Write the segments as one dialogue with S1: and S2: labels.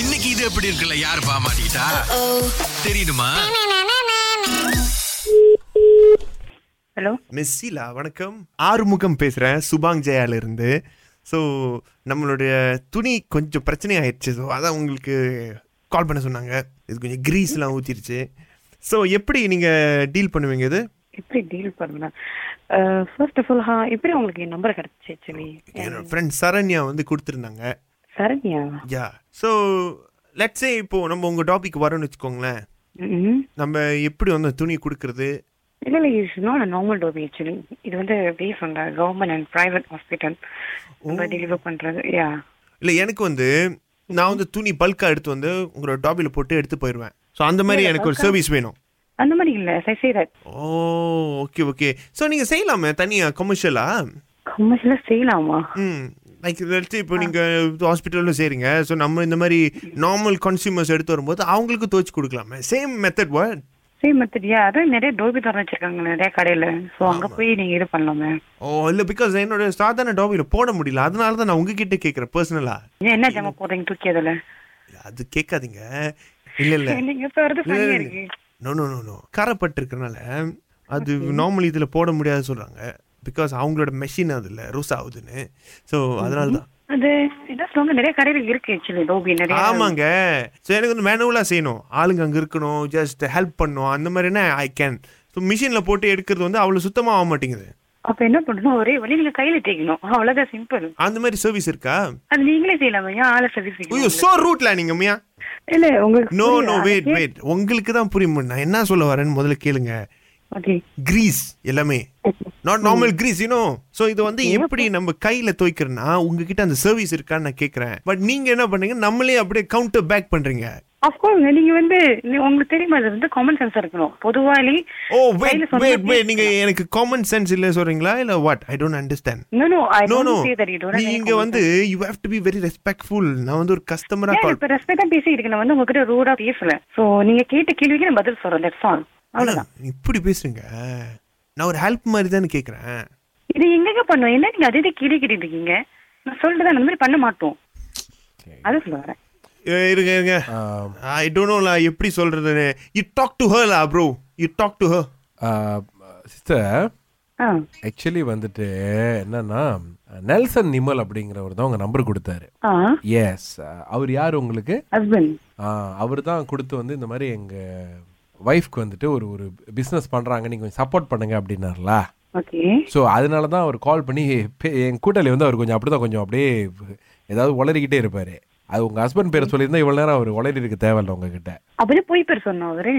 S1: இன்னைக்கு இது எப்படி இருக்குல்ல யார் பாமாட்டா தெரியுமா
S2: ஹலோ
S3: மிஸ் ஷீலா வணக்கம் ஆறுமுகம் பேசுகிறேன் சுபாங் ஜெயால இருந்து ஸோ நம்மளுடைய துணி கொஞ்சம் பிரச்சனை ஆயிடுச்சு ஸோ அதான் உங்களுக்கு கால் பண்ண சொன்னாங்க இது கொஞ்சம் கிரீஸ்லாம் ஊற்றிருச்சு ஸோ எப்படி நீங்கள் டீல் பண்ணுவீங்க இது
S2: எப்படி டீல் பண்ணலாம் ஃபர்ஸ்ட் ஆஃப் ஆல் ஹா எப்படி உங்களுக்கு என் நம்பர் கிடைச்சு ஆக்சுவலி
S3: என்னோட ஃப்ரெண்ட் சரண்யா வந்து கொடுத்துருந்தாங்க
S2: சரண்யா
S3: யா ஸோ லெட்ஸே இப்போது நம்ம உங்கள் டாபிக் வரோம்னு வச்சுக்கோங்களேன்
S2: ம்
S3: நம்ம எப்படி வந்து துணி கொடுக்கறது
S2: இல்ல இல்ல it's not normal dhobi actually இது வந்து பேஸ் அந்த கவர்மெண்ட் அண்ட் பிரைவேட் ஹாஸ்பிட்டல் நம்ம டெலிவர் பண்றது யா
S3: இல்லை எனக்கு வந்து நான் வந்து துணி பல்காக எடுத்து வந்து உங்களோட டாபியில் போட்டு எடுத்து போயிடுவேன் ஸோ அந்த மாதிரி எனக்கு ஒரு சர்வீஸ் வேணும்
S2: அந்த மாதிரி இல்ல I say that
S3: oh okay okay so நீங்கள் செய்யலாமே தனியாக கமர்ஷியலா
S2: கமர்ஷியலா செய்யலாமா
S3: ம் லைக் எடுத்து இப்போ நீங்கள் ஹாஸ்பிட்டலில் செய்கிறீங்க ஸோ நம்ம இந்த மாதிரி நார்மல் கன்சியூமர்ஸ் எடுத்து வரும்போது அவங்களுக்கு துவைச்சு கொடுக்கலாமே same method word
S2: same method yeah அதான் நிறைய டோபி திறந்து வச்சிருக்காங்க நிறைய கடையில சோ அங்க போய் நீங்க இது பண்ணலாமே
S3: ஓ இல்லை பிகாஸ் Oh, என்னோட சாதாரண டாபியில் போட முடியல அதனால தான் நான் உங்ககிட்ட கேட்குறேன் பர்சனலாக
S2: ஏன் என்ன ஜாம போடுறீங்க தூக்கி அதுல
S3: அது கேட்காதீங்க இல்லை இல்லை
S2: நீங்க இப்ப வருது பண்ணியா இருக்கு
S3: நோ நோ நோ நோ கரைப்பட்டு இருக்கறனால அது நார்மல் இதில் போட முடியாது சொல்கிறாங்க பிகாஸ் அவங்களோட மெஷின் அதில் ரூஸ் ஆகுதுன்னு ஸோ அதனால தான்
S2: அது என்ன சொல்லுவாங்க நிறைய கடையில இருக்கு ஆக்சுவலி டோபி நிறைய
S3: ஆமாங்க ஸோ எனக்கு வந்து மேனுவலாக செய்யணும் ஆளுங்க அங்கே இருக்கணும் ஜஸ்ட் ஹெல்ப் பண்ணணும் அந்த மாதிரினா ஐ கேன் ஸோ மிஷினில் போட்டு எடுக்கிறது வந்து அவ்வளோ சுத்தமாக ஆக மாட்டேங்குது
S2: அப்ப என்ன பண்ணணும் ஒரே வழி நீங்க கையில தேய்க்கணும் அவ்வளவுதான் சிம்பிள்
S3: அந்த மாதிரி சர்வீஸ் இருக்கா
S2: அது நீங்களே செய்யலாமா ஏன் ஆளை சர்வீஸ்
S3: ஐயோ சோ ரூட்ல நீங்க மியா
S2: இல்ல உங்களுக்கு
S3: நோ
S2: புரியுதா?
S3: நோ வெயிட் வெயிட் உங்களுக்கு தான் புரியும் நான் என்ன சொல்ல வரேன்னு முதல்ல கேளுங்க
S2: Okay.
S3: கிரீஸ் எல்லாமே not normal grease you know so இது வந்து எப்படி நம்ம கையில துவைக்கிறேன்னா உங்ககிட்ட அந்த சர்வீஸ் இருக்கான்னு நான் கேக்குறேன் பட் நீங்க என்ன பண்றீங்க நம்மளே அப்படியே கவுண்டர் பேக் பண்றீங்க
S2: Of course, நீங்க வந்து நீ- உங்களுக்கு தெரியுமா இது வந்து காமன் சென்ஸ் இருக்கணும் பொதுவாளி
S3: ஓ வெயிட் வெயிட் வெயிட் நீங்க எனக்கு காமன் சென்ஸ் இல்ல சொல்றீங்களா இல்ல what I don't understand
S2: no no I
S3: no no
S2: don't say that you don't
S3: நீங்க வந்து you have to be very respectful நான் வந்து ஒரு கஸ்டமரா கால்
S2: இப்ப ரெஸ்பெக்டா பேசி இருக்கு நான் வந்து உங்ககிட்ட ரூடா பேசல சோ நீங்க கேட்ட கேள்விக்கு நான் பதில் சொல்றேன் தட்ஸ் ஆல் அவ்வளவுதான்
S3: இப்படி பேசுறீங்க நான் ஒரு ஹெல்ப் மாதிரி தானே கேக்குறேன்
S2: இது எங்கங்க பண்ணுவோம் என்ன நீங்க அதே கேள்வி கேட்டுட்டு இருக்கீங்க நான் சொல்லிட்டு தான் அந்த மாதிரி பண்ண மாட்டோம் அது சொல்ல வரேன்
S3: ஏய், இருங்க இருங்க ஐ டோன்ட் நோலா எப்படி சொல்றதுன்னு யூ டாக் டு ஹர் லா bro you talk to her
S4: sister
S2: ஆ
S4: ஆக்சுவலி வந்துட்டு என்னன்னா நெல்சன் நிமல் அப்படிங்கிறவர் தான் உங்க நம்பர் கொடுத்தாரு
S2: ஆ
S4: எஸ் அவர் யார் உங்களுக்கு
S2: ஹஸ்பண்ட்
S4: அவர் தான் கொடுத்து வந்து இந்த மாதிரி எங்க ஒய்ஃப்க்கு வந்துட்டு ஒரு ஒரு பிஸ்னஸ் பண்றாங்க நீங்க கொஞ்சம் சப்போர்ட் பண்ணுங்க அப்படின்னார்ல
S2: ஓகே
S4: ஸோ அதனால தான் அவர் கால் பண்ணி பே- என் கூட்டாளி வந்து அவர் கொஞ்சம் அப்படி தான் கொஞ்சம் அப்படியே ஏதாவது உளறிக்கிட்டே இருப்பார் அது உங்கள் ஹஸ்பண்ட் பேரை சொல்லியிருந்தா இவ்வளோ நேரம் அவர் உளறி இருக்க தேவையில்ல உங்ககிட்ட
S2: அப்படியே போய் பேர் சொன்னா அவரு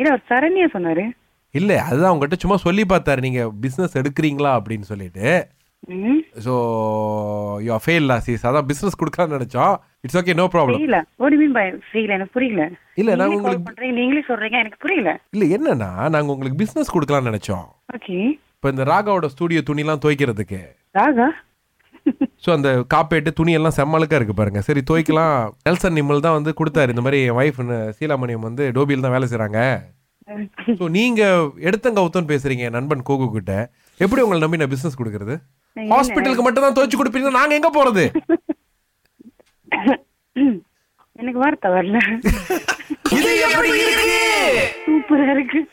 S2: இல்ல அவர் சரண்யா சொன்னாரு
S4: இல்லை அதுதான் உங்ககிட்ட சும்மா சொல்லி பார்த்தாரு நீங்கள் பிஸ்னஸ் எடுக்கிறீங்களா அப்படின்னு சொல்லிட்டு
S2: ம்
S4: ஸோ யூ ஃபெயில் லாசிஸ் அதான் பிஸ்னஸ் கொடுக்கலாம்னு நினச்சோம் இட்ஸ் ஓகே நோ ப்ராப்ளம்
S2: புரியல ஒரு மீன் பை புரியல எனக்கு புரியல
S4: இல்ல, நாங்க
S2: நீங்களே call
S4: உங்களுக்கு-
S2: பண்றீங்க நீங்களே சொல்றீங்க எனக்கு புரியல
S4: இல்லை என்னன்னா நாங்கள் உங்களுக்கு பிஸ்னஸ் கொடுக்கலாம்னு நினச்சோம்
S2: ஓகே
S4: இப்போ இந்த ராகாவோட ஸ்டூடியோ துணிலாம் துவைக்கிறதுக்கு
S2: ராகா
S4: ஸோ அந்த காப்பேட்டு துணியெல்லாம் செம்மலுக்காக இருக்குது பாருங்க சரி துவைக்கலாம் நெல்சன் நிம்மல் தான் வந்து கொடுத்தாரு இந்த மாதிரி என் ஒய்ஃப் சீலாமணியம் வந்து டோபியில் தான் வேலை செய்கிறாங்க ஸோ நீங்கள் எடுத்தங்கவுத்தன் பேசுகிறீங்க என் நண்பன் கோகு கிட்ட எப்படி உங்களை நம்பி நான் பிஸ்னஸ் கொடுக்குறது ஹாஸ்பிட்டலுக்கு மட்டும் தான் துவைச்சு கொடுப்பீங்க நாங்கள் எங்கே போகிறது
S2: எனக்கு வார்த்தை வரல
S3: இது எப்படி இருக்கு
S2: சூப்பரா இருக்கு